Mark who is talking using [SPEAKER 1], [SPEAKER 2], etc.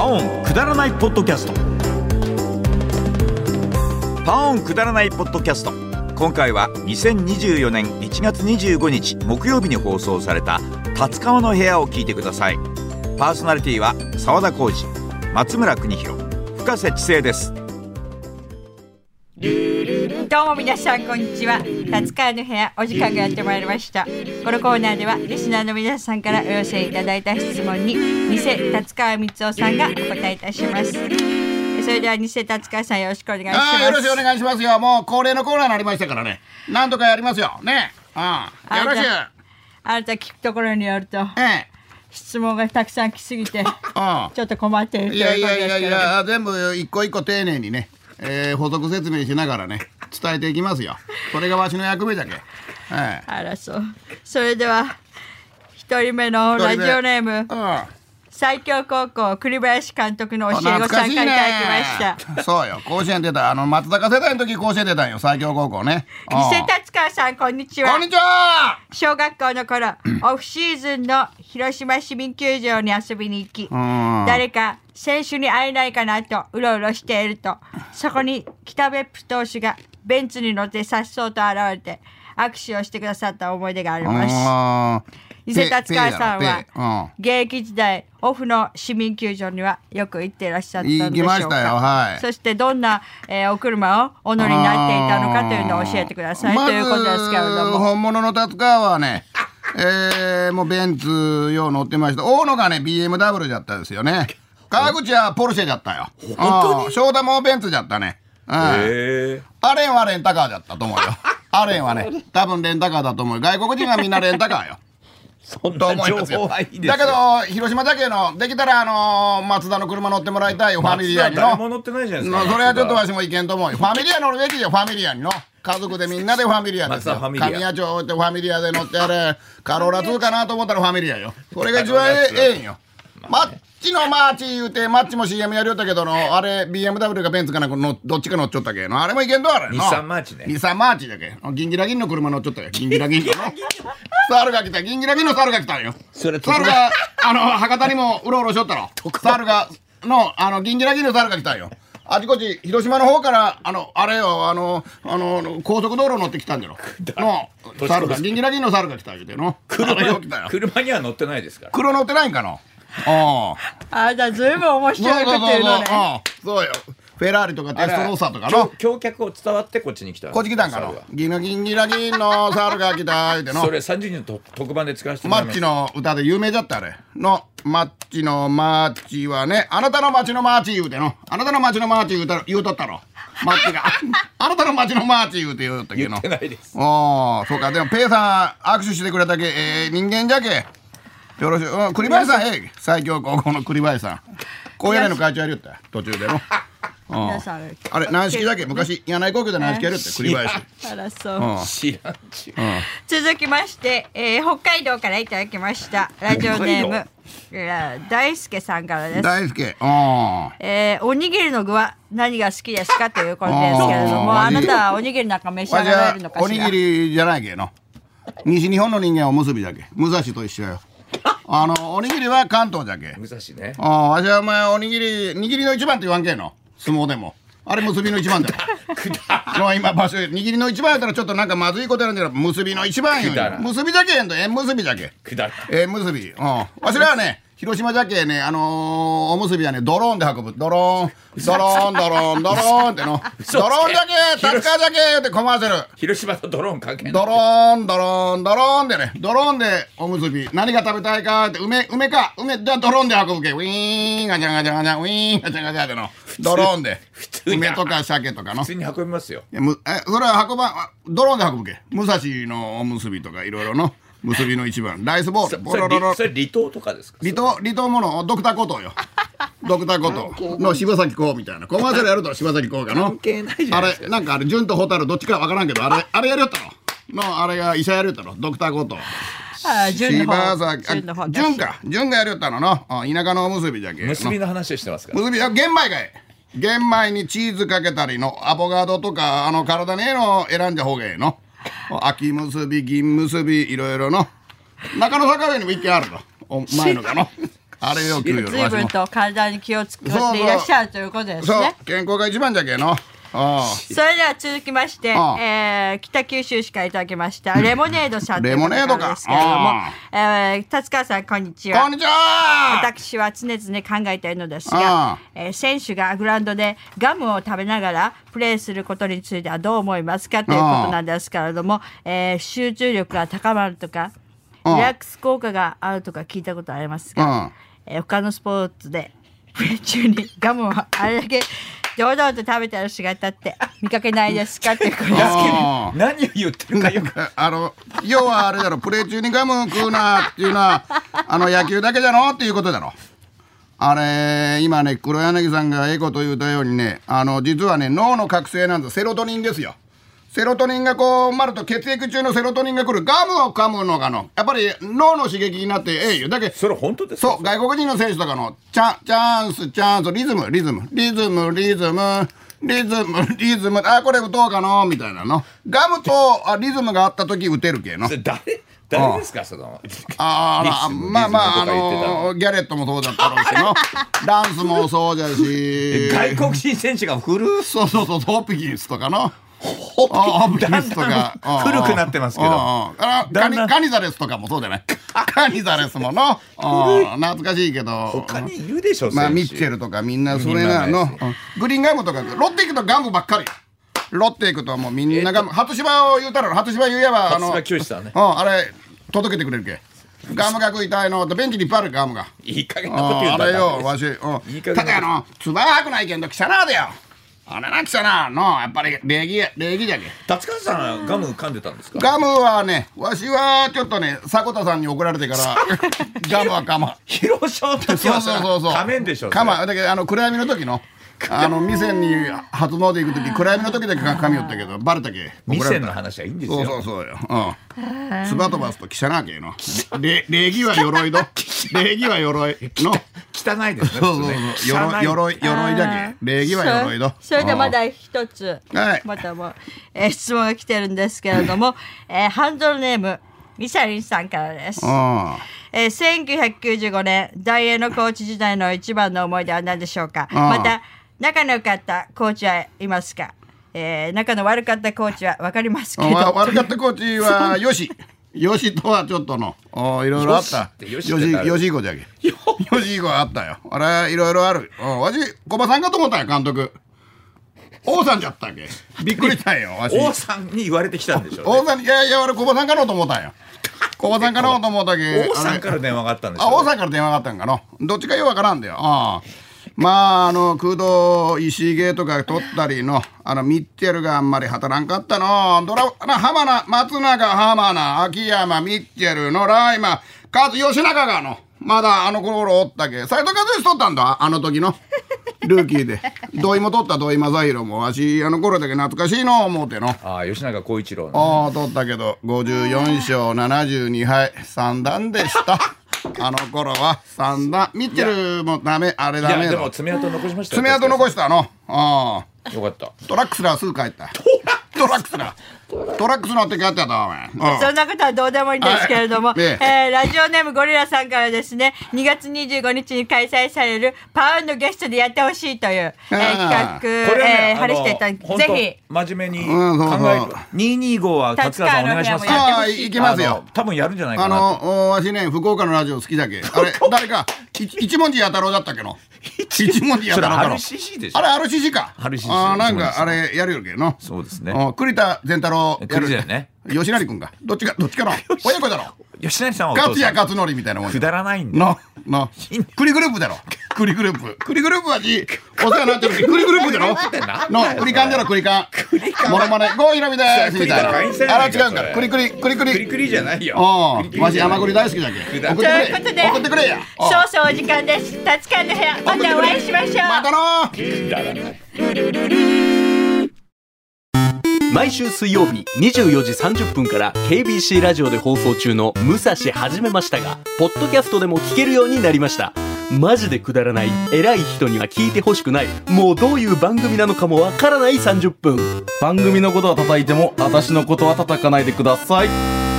[SPEAKER 1] オンくだらないポッドキャストパオンくだらないポッドキャスト今回は2024年1月25日木曜日に放送された「立川の部屋」を聞いてくださいパーソナリティは澤田浩二松村邦弘深瀬知世です
[SPEAKER 2] どうも皆さんこんにちは立川の部屋お時間がやってまいりましたこのコーナーではリスナーの皆さんからお寄せいただいた質問に偽立川光雄さんがお答えいたしますそれでは偽立川さんよろしくお願いしま
[SPEAKER 3] ああよろしくお
[SPEAKER 2] す
[SPEAKER 3] 願いしますよもう恒例のコーナーになりましたからね何とかやりますよねああよろしく
[SPEAKER 2] じゃあなた聞くところによると
[SPEAKER 3] ええ
[SPEAKER 2] 質問がたくさん来すぎ て
[SPEAKER 3] あ
[SPEAKER 2] ちょっと困っていると
[SPEAKER 3] い
[SPEAKER 2] いう
[SPEAKER 3] やい
[SPEAKER 2] こと
[SPEAKER 3] や
[SPEAKER 2] で
[SPEAKER 3] い
[SPEAKER 2] す
[SPEAKER 3] やい
[SPEAKER 2] けど
[SPEAKER 3] や全部一個一個丁寧にね、えー、補足説明しながらね伝えていきますよこれがわしの役目じゃけ、ええ
[SPEAKER 2] あらそうそれでは一人目のラジオネーム
[SPEAKER 3] あ
[SPEAKER 2] 最強高校栗林監督の
[SPEAKER 3] あ
[SPEAKER 2] 教えご参
[SPEAKER 3] 懐
[SPEAKER 2] 加
[SPEAKER 3] か
[SPEAKER 2] い
[SPEAKER 3] しい
[SPEAKER 2] ただ
[SPEAKER 3] ね
[SPEAKER 2] きました
[SPEAKER 3] そうよ甲子園出たあの松坂世代の時甲子園出たんよ最強高校ねああ
[SPEAKER 2] 伊勢達川さんこんにちは
[SPEAKER 3] こんにちは
[SPEAKER 2] 小学校の頃オフシーズンの広島市民球場に遊びに行き
[SPEAKER 3] ん
[SPEAKER 2] 誰か選手に会えないかなとうろうろしているとそこに北別府投手がベンツに乗って颯爽と現れて握手をしてくださった思い出があります
[SPEAKER 3] ああ
[SPEAKER 2] 伊勢達川さん
[SPEAKER 3] ペイやろ
[SPEAKER 2] は
[SPEAKER 3] ペイうん
[SPEAKER 2] 現役時代オフの市民球場にはよく行っていらっしゃったんでしょうか
[SPEAKER 3] 行きましたよはい
[SPEAKER 2] そしてどんな、えーお車をお乗りになっていたのかというのを教えてください
[SPEAKER 3] ま
[SPEAKER 2] と
[SPEAKER 3] ず
[SPEAKER 2] いうことですけれども
[SPEAKER 3] 本物の達川 はね、えー、もうベンツ用乗ってました大野がね BMW じゃったですよね川口はポルシェじゃったよ本当に翔太もベンツじゃったね、うん、アレンはレンタカーじゃったと思う よアレンはね多分レンタカーだと思うよ外国人はみんなレンタカ ーよ
[SPEAKER 4] そん
[SPEAKER 3] と
[SPEAKER 4] な
[SPEAKER 3] 思い
[SPEAKER 4] 情
[SPEAKER 3] ます
[SPEAKER 4] 報
[SPEAKER 3] よ
[SPEAKER 4] はいいですよ。
[SPEAKER 3] だけど広島だけのできたらあのー松田の車乗ってもらいたいよファミリアに
[SPEAKER 4] 松田
[SPEAKER 3] の
[SPEAKER 4] 誰も乗ってないじゃないです
[SPEAKER 3] ま
[SPEAKER 4] か
[SPEAKER 3] あそれはちょっとわしもいけんと 思うよファミリア乗るべきよファミリアにの家族でみんなでファミリアですよ
[SPEAKER 4] 松田ファミ
[SPEAKER 3] 神
[SPEAKER 4] リア
[SPEAKER 3] 谷町行ってファミリアで乗ってあれ カローラ2かなと思ったらファミリアよこれが一番ええええんよマッチのマーチ言うてマッチも CM やりよったけどのあれ BMW かベンツかなんかのどっちか乗っちゃったけのあれもいけんとあれの
[SPEAKER 4] 日産マーチね
[SPEAKER 3] 日産マーチだけギンギラギンの車乗っちゃったよギンギラ ギンの猿が来たギンギラギンの猿が来たんよ
[SPEAKER 4] それ
[SPEAKER 3] 猿があの博多にもうろうろしとったろ猿がのあのギンギラギンの猿が来たんよあちこち広島の方からあのあれよあのあの高速道路乗ってきたんじゃろの猿がギンギラギンの猿が来た言うてのあれよ来たよ
[SPEAKER 4] 車には乗ってないですから。
[SPEAKER 3] 黒乗ってないんか のああ
[SPEAKER 2] あじゃあずいぶん面
[SPEAKER 3] そう
[SPEAKER 2] 白いこ
[SPEAKER 3] そ
[SPEAKER 2] と
[SPEAKER 3] うそ
[SPEAKER 2] 言う
[SPEAKER 3] う
[SPEAKER 2] のね
[SPEAKER 3] そうよフェラーリとかテストローサーとか
[SPEAKER 4] あら
[SPEAKER 3] の
[SPEAKER 4] 橋橋脚を伝わってこっちに来た。
[SPEAKER 3] こっち来たんか
[SPEAKER 4] そ
[SPEAKER 3] の
[SPEAKER 4] れは
[SPEAKER 3] ギンギンギラギンの猿が来た言うての
[SPEAKER 4] それ三十人のと特番で使わせても
[SPEAKER 3] マ
[SPEAKER 4] ら
[SPEAKER 3] ッ
[SPEAKER 4] いま
[SPEAKER 3] チ
[SPEAKER 4] す。
[SPEAKER 3] の歌で有名だったあれのマッチのマッチはねあなたの街のマーチ言うてのあなたの街のマーチ言うた言うとったろマッチ があなたの街のマーチ言うて言うとったけど
[SPEAKER 4] 言ってないです。
[SPEAKER 3] ああそうかでもペイさん握手してくれたけええ人間じゃけよろしく、うん、栗林さんええ最強高校の栗林さん高野連の会長やりよったよ途中でのうん
[SPEAKER 2] 皆さん
[SPEAKER 3] あれ軟式だけ昔柳井高校で軟式やりよったよ栗林
[SPEAKER 2] あらそう、
[SPEAKER 3] うん
[SPEAKER 4] 知らんちゅう。
[SPEAKER 2] 続きまして、えー北海道からいただきましたラジオネームえー大輔さんからです、
[SPEAKER 3] 大輔うん
[SPEAKER 2] えーおにぎりの具は何が好きですかということですけれども
[SPEAKER 3] あー
[SPEAKER 2] あなたはおにぎりなんか召し上
[SPEAKER 3] わ
[SPEAKER 2] が
[SPEAKER 3] しは
[SPEAKER 2] られるのか
[SPEAKER 3] お
[SPEAKER 2] し
[SPEAKER 3] に
[SPEAKER 2] ら
[SPEAKER 3] ぎりじゃないけの西日本の人間はおむすびじゃけ武蔵と一緒よあのおにぎりは関東じゃけ
[SPEAKER 4] 武蔵ね。
[SPEAKER 3] ああわしはお前おにぎり握りの一番って言わんけの相撲でもあれ結びの一番だよもう今場所握りの一番やったらちょっとなんかまずいことやるんじゃ結びの一番よ
[SPEAKER 4] くだらん
[SPEAKER 3] 結びじゃけえんと縁結びじゃけ
[SPEAKER 4] くだらん。
[SPEAKER 3] えー、結び、うん、わしらはね広島じゃけねあのーおむすびはねドローンで運ぶドローンドローンドローンドローンっての
[SPEAKER 4] 嘘つけ
[SPEAKER 3] ドローンじゃけタッカーじゃけってコマーシャル
[SPEAKER 4] 広島とドローン関係な い。
[SPEAKER 3] ドローンドローンドローンでねドローンでおむすび何が食べたいかって梅梅か梅じゃあドローンで運ぶけウィーンガチャンガチャンガチャンウィーンガチャンガチャンってのドローンで
[SPEAKER 4] 普通に
[SPEAKER 3] 梅とか鮭とかの
[SPEAKER 4] 普通に運びますよ。
[SPEAKER 3] いやむえそれは運ばんあドローンで運ぶけ武蔵のおむすびとかいろいろの結びの一番ライスボー
[SPEAKER 4] そ
[SPEAKER 3] ル
[SPEAKER 4] れ
[SPEAKER 3] ボロロロ
[SPEAKER 4] それ離島とかですか。
[SPEAKER 3] 離島離島ものドクターコトー よドクターコトーの柴咲コウみたいなコマーシャルやると柴咲コウかの
[SPEAKER 4] 関係ないじゃ
[SPEAKER 3] あ
[SPEAKER 4] ないですか
[SPEAKER 3] れなんかあれ純と蛍どっちかわからんけどあれあれやるやったののあれが医者やるやったのドクターコトー
[SPEAKER 2] あー純の
[SPEAKER 3] 柴
[SPEAKER 2] 方
[SPEAKER 3] 咲
[SPEAKER 2] 純の方
[SPEAKER 3] あ純か純がやるやったののあ田舎のおむすびじゃけ
[SPEAKER 4] 結びの話をしてますから。
[SPEAKER 3] むすびあ玄米がええ玄米にチーズかけたりのアボカドとかあの体にええの選んじゃほうがええの秋結び銀結びいろいろの中野坂上にも一軒あるのお前のかのあれよ、給料
[SPEAKER 2] 随分と体に気を使っていらっしゃるということです
[SPEAKER 3] そう
[SPEAKER 2] ね。、
[SPEAKER 3] 健康が一番じゃけえの。あ
[SPEAKER 2] それでは続きまして、
[SPEAKER 3] ああ
[SPEAKER 2] えー北九州市からいただきましたレモネードさんという
[SPEAKER 3] レモネード
[SPEAKER 2] 方
[SPEAKER 3] か
[SPEAKER 2] ですけれども
[SPEAKER 3] あ、
[SPEAKER 2] えー、達川さんこんにち
[SPEAKER 3] あ。こ
[SPEAKER 2] は
[SPEAKER 3] ん。にちは。
[SPEAKER 2] 私は常々考えているのです
[SPEAKER 3] ああ
[SPEAKER 2] が、えー選手がグラウンドでガムを食べながらプレーすることについてはどう思いますかということなんですけれども、えー集中力が高まるとか
[SPEAKER 3] ああ
[SPEAKER 2] リラックス効果があるとか聞いたことありますが、
[SPEAKER 3] ああ
[SPEAKER 2] えー他のスポーツでプレー中にガムをあれだけ堂々と食べてる姿って見かけないですかということですけど。
[SPEAKER 3] あー
[SPEAKER 4] 何を言ってるかよく
[SPEAKER 3] あの要はあれだろプレー中にガム食うなっていうのはあの野球だけじゃのっていうことだろあれ今ね黒柳さんがええこと言うたようにねあの実はね脳の覚醒なんですセロトニンですよセロトニンがこうまると血液中のセロトニンが来るガムを噛むのがのやっぱり脳の刺激になってええよだけど
[SPEAKER 4] それ本当ですか
[SPEAKER 3] そう、外国人の選手とかの、チャン、チャンス、チャンス、リズム、リズム、リズム、リズム、リズム、リズム、あ、これ打とうかの、みたいなの。ガムとあリズムがあった時打てるけの
[SPEAKER 4] そ。れ誰誰ですかその
[SPEAKER 3] あー
[SPEAKER 4] リズム
[SPEAKER 3] まあまあ、あ
[SPEAKER 4] リズムとか言ってたの
[SPEAKER 3] のギャレットもそうだったろうし の。ダンスもそうじゃし。
[SPEAKER 4] 外国人選手が古い
[SPEAKER 3] そうそうそう、ホッピキンスとかの。ホッピキンスとか
[SPEAKER 4] だんだん古くなってますけど
[SPEAKER 3] うんうんあの
[SPEAKER 4] だ
[SPEAKER 3] カ
[SPEAKER 4] ん
[SPEAKER 3] ニ
[SPEAKER 4] だん
[SPEAKER 3] カニザレスとかもそうじゃ ないカニザレスものうん懐かしいけど
[SPEAKER 4] 他にいるでしょ
[SPEAKER 3] まあ
[SPEAKER 4] 選手
[SPEAKER 3] ミッチェルとかみんなそれなの
[SPEAKER 4] みんなの
[SPEAKER 3] うんグリーンガムとかロッテ行くとガムばっかりロッテ行くともうみんなガム初芝を言うたら初芝言えばあ
[SPEAKER 4] 初
[SPEAKER 3] の
[SPEAKER 4] 芝清さんね
[SPEAKER 3] うんあれ届けてくれるけガムが食いたいのってベンチにいっぱいあるガムが
[SPEAKER 4] いい加減なこと
[SPEAKER 3] あ
[SPEAKER 4] 言う
[SPEAKER 3] あ
[SPEAKER 4] んだ
[SPEAKER 3] れよわし、うん、
[SPEAKER 4] いい加減な
[SPEAKER 3] ただあのつばはくないけんど汚なでよあれな汚なのやっぱり礼儀や礼儀じゃけ
[SPEAKER 4] 達川さんガム噛んでたんですか
[SPEAKER 3] ガムはねわしはちょっとね迫田さんに怒られてから ガムは我慢
[SPEAKER 4] 広島の時
[SPEAKER 3] そう
[SPEAKER 4] は
[SPEAKER 3] そうそうそう。
[SPEAKER 4] 噛めんでしょ
[SPEAKER 3] かま、だけど、あの暗闇の時の。あの店に初詣行く時、暗闇の時だけ噛みよったけど、バレたけ。怒られ
[SPEAKER 4] 店
[SPEAKER 3] た
[SPEAKER 4] の話はいいんです
[SPEAKER 3] そう
[SPEAKER 4] よ
[SPEAKER 3] そうそうよ。うん。つば飛ばすと記者なけえの。れ礼儀は鎧ど。礼儀は�鎧の。
[SPEAKER 4] 汚いですね
[SPEAKER 3] そうそう
[SPEAKER 4] 普通ね
[SPEAKER 3] そう。鎧、
[SPEAKER 4] 汚い
[SPEAKER 3] 鎧、鎧じゃけ。礼儀は鎧ど。
[SPEAKER 2] それそれでま
[SPEAKER 3] うん。
[SPEAKER 2] だ一つ、
[SPEAKER 3] はい
[SPEAKER 2] またもう、えー質問が来てるんですけれども、えーハンドルネームミサリンさんからです、
[SPEAKER 3] あ
[SPEAKER 2] えー1995年大英のコーチ時代の一番の思い出は何でしょうか
[SPEAKER 3] あー
[SPEAKER 2] また仲の良かったコーチはいますか、えー仲の悪かったコーチは分かりますけど
[SPEAKER 3] わ悪かったコーチは、よし。よしとはちょっとの、おいろいろあった。
[SPEAKER 4] よ
[SPEAKER 3] よ
[SPEAKER 4] し
[SPEAKER 3] し、
[SPEAKER 4] って
[SPEAKER 3] よ
[SPEAKER 4] よしって誰
[SPEAKER 3] しい子じゃけ。よしい子あったよ。あれ、いろいろある。うんわし、小馬さんかと思ったよ、監督。王さんじゃったっけ。びっくりしたよ、わし。
[SPEAKER 4] 王さんに言われてきたんでしょうね
[SPEAKER 3] 王さん、いやいや、俺小馬さんかのうと思ったんよ。小馬さんかのうと思ったけ。。
[SPEAKER 4] 王さんからら電話があったんでし
[SPEAKER 3] あ、
[SPEAKER 4] ょ
[SPEAKER 3] 王
[SPEAKER 4] うね
[SPEAKER 3] さんから電話があったんかの。どっちかようわからんだよ。ああまあ、あの、空洞、石井芸とか取ったりの、あの、ミッチェルがあんまり働かんかったの。ドラ、な、浜名、松永、浜名、秋山、ミッチェルの、ライマ、かつ、吉永がの、まだあの頃おったけ。斎藤和義取ったんだ、あの時の。ルーキーで。土井も取った土井正宏も、わし、あの頃だけ懐かしいの、思うての。
[SPEAKER 4] ああ吉永浩一郎の
[SPEAKER 3] ああ、取ったけど、54勝72敗、三段でした。あの頃は三段。ミッチェルもダメ、あれ
[SPEAKER 4] い
[SPEAKER 3] ダメ
[SPEAKER 4] やで
[SPEAKER 3] だ
[SPEAKER 4] も。爪痕残しましたよ
[SPEAKER 3] 爪痕残したの。ああ。
[SPEAKER 4] よかった
[SPEAKER 3] トラックスラーすぐ帰った。トラックスラー。トラックスラーって書いてあった、お前。う ん
[SPEAKER 2] そんなことはどうでもいいんですけれども、
[SPEAKER 3] はいね
[SPEAKER 2] え
[SPEAKER 3] え
[SPEAKER 2] ーラジオネームゴリラさんからですね、2月25日に開催されるパウンドゲストでやってほしいという、えー
[SPEAKER 3] あー
[SPEAKER 2] 企
[SPEAKER 4] こ
[SPEAKER 2] 画、
[SPEAKER 4] れは
[SPEAKER 2] え
[SPEAKER 4] ね
[SPEAKER 2] ー、
[SPEAKER 4] あ
[SPEAKER 2] 晴
[SPEAKER 4] の
[SPEAKER 2] れしていただき、
[SPEAKER 4] 本
[SPEAKER 2] ぜ
[SPEAKER 4] 当
[SPEAKER 2] ひ、
[SPEAKER 4] 真面目に考
[SPEAKER 3] うんそうそう
[SPEAKER 4] える225は達川さんお願いしま
[SPEAKER 2] 達川の部屋もやっ
[SPEAKER 4] す
[SPEAKER 2] て
[SPEAKER 3] ああ、行きますよ
[SPEAKER 4] あの。多分やるんじゃないか
[SPEAKER 3] あ
[SPEAKER 4] なと
[SPEAKER 3] の、おわしね、福岡のラジオ好きだけ。あれ、誰か、い一文字や太郎だったっけの。一文字や
[SPEAKER 4] そ
[SPEAKER 3] 太
[SPEAKER 4] れ
[SPEAKER 3] 郎だろ。
[SPEAKER 4] RCC でしょ
[SPEAKER 3] あれ、RCC か。
[SPEAKER 4] RCC
[SPEAKER 3] ああ、なんか、あれ、やるよけの。
[SPEAKER 4] そうですね
[SPEAKER 3] うん栗田善太郎やる
[SPEAKER 4] 栗田ね
[SPEAKER 3] 吉成君がどっちかどっち かの親子だろ
[SPEAKER 4] 吉成さんはお
[SPEAKER 3] 勝
[SPEAKER 4] 父さ
[SPEAKER 3] 谷
[SPEAKER 4] ん
[SPEAKER 3] 勝則みたいなもん
[SPEAKER 4] くだらないんだ
[SPEAKER 3] のの栗グループだろ 栗グループ栗グループはじお世話になってるし栗グループだろの栗缶じゃろ栗缶モノマネ郷ひろみですみた
[SPEAKER 4] 栗
[SPEAKER 3] い
[SPEAKER 4] 缶じゃ
[SPEAKER 3] な
[SPEAKER 4] な
[SPEAKER 3] あら
[SPEAKER 4] い
[SPEAKER 3] 違
[SPEAKER 4] か
[SPEAKER 3] うんか
[SPEAKER 4] そ
[SPEAKER 3] 栗
[SPEAKER 4] れ
[SPEAKER 3] 栗栗
[SPEAKER 4] クリク
[SPEAKER 3] 栗
[SPEAKER 4] リじゃないよ
[SPEAKER 3] お
[SPEAKER 4] 栗
[SPEAKER 3] う
[SPEAKER 4] 栗
[SPEAKER 3] わし甘栗大好きだ
[SPEAKER 4] 栗
[SPEAKER 3] け
[SPEAKER 4] だ
[SPEAKER 3] 送ってく
[SPEAKER 2] ということ
[SPEAKER 3] れ
[SPEAKER 2] で
[SPEAKER 3] 送ってくれやおう
[SPEAKER 2] 少々お時間です。タツカの部屋、またお会いしましょう。
[SPEAKER 3] またのー
[SPEAKER 4] くだらない
[SPEAKER 5] 毎週水曜日24時30分から KBC ラジオで放送中の「武蔵はじめましたが」ポッドキャストでも聞けるようになりましたマジでくだらない偉い人には聞いてほしくないもうどういう番組なのかもわからない30分
[SPEAKER 6] 番組のことは叩いても私のことは叩かないでください